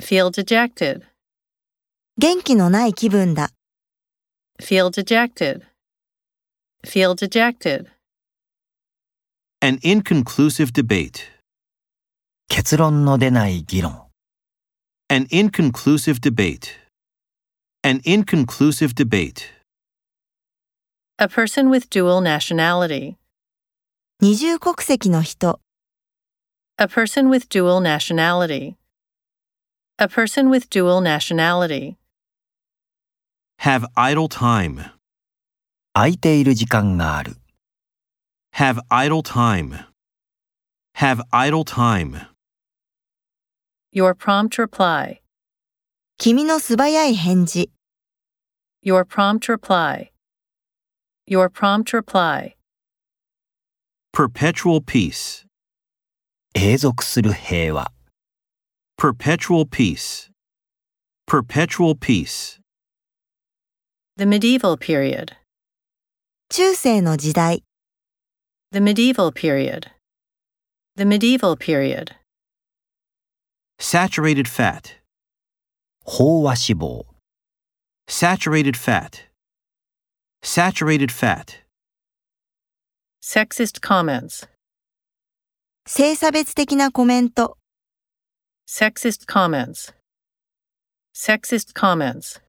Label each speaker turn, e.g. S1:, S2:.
S1: Feel dejected.
S2: 元気のない気分だ。
S1: Feel dejected. Feel dejected.
S3: An inconclusive debate.
S4: 結論の出ない議論。
S3: An inconclusive debate. An inconclusive debate.
S1: A person with dual nationality.
S2: 二重国籍の人。
S1: A person with dual nationality. A person with dual nationality.
S3: Have idle time.
S4: 空いている時間がある。
S3: Have idle time. Have idle time.
S1: Your prompt reply.
S2: 君の素早い返事。
S1: Your prompt reply. Your prompt reply.
S3: Perpetual peace.
S4: 永続する平和。
S3: Perpetual peace. Perpetual peace.
S1: The medieval period.
S2: 中世の時代。
S1: The medieval period. The medieval period.
S3: Saturated fat.
S4: 飽和脂肪。
S3: Saturated fat. Saturated fat.
S1: Sexist comments.
S2: 性差別的なコメント。
S1: Sexist comments. Sexist comments.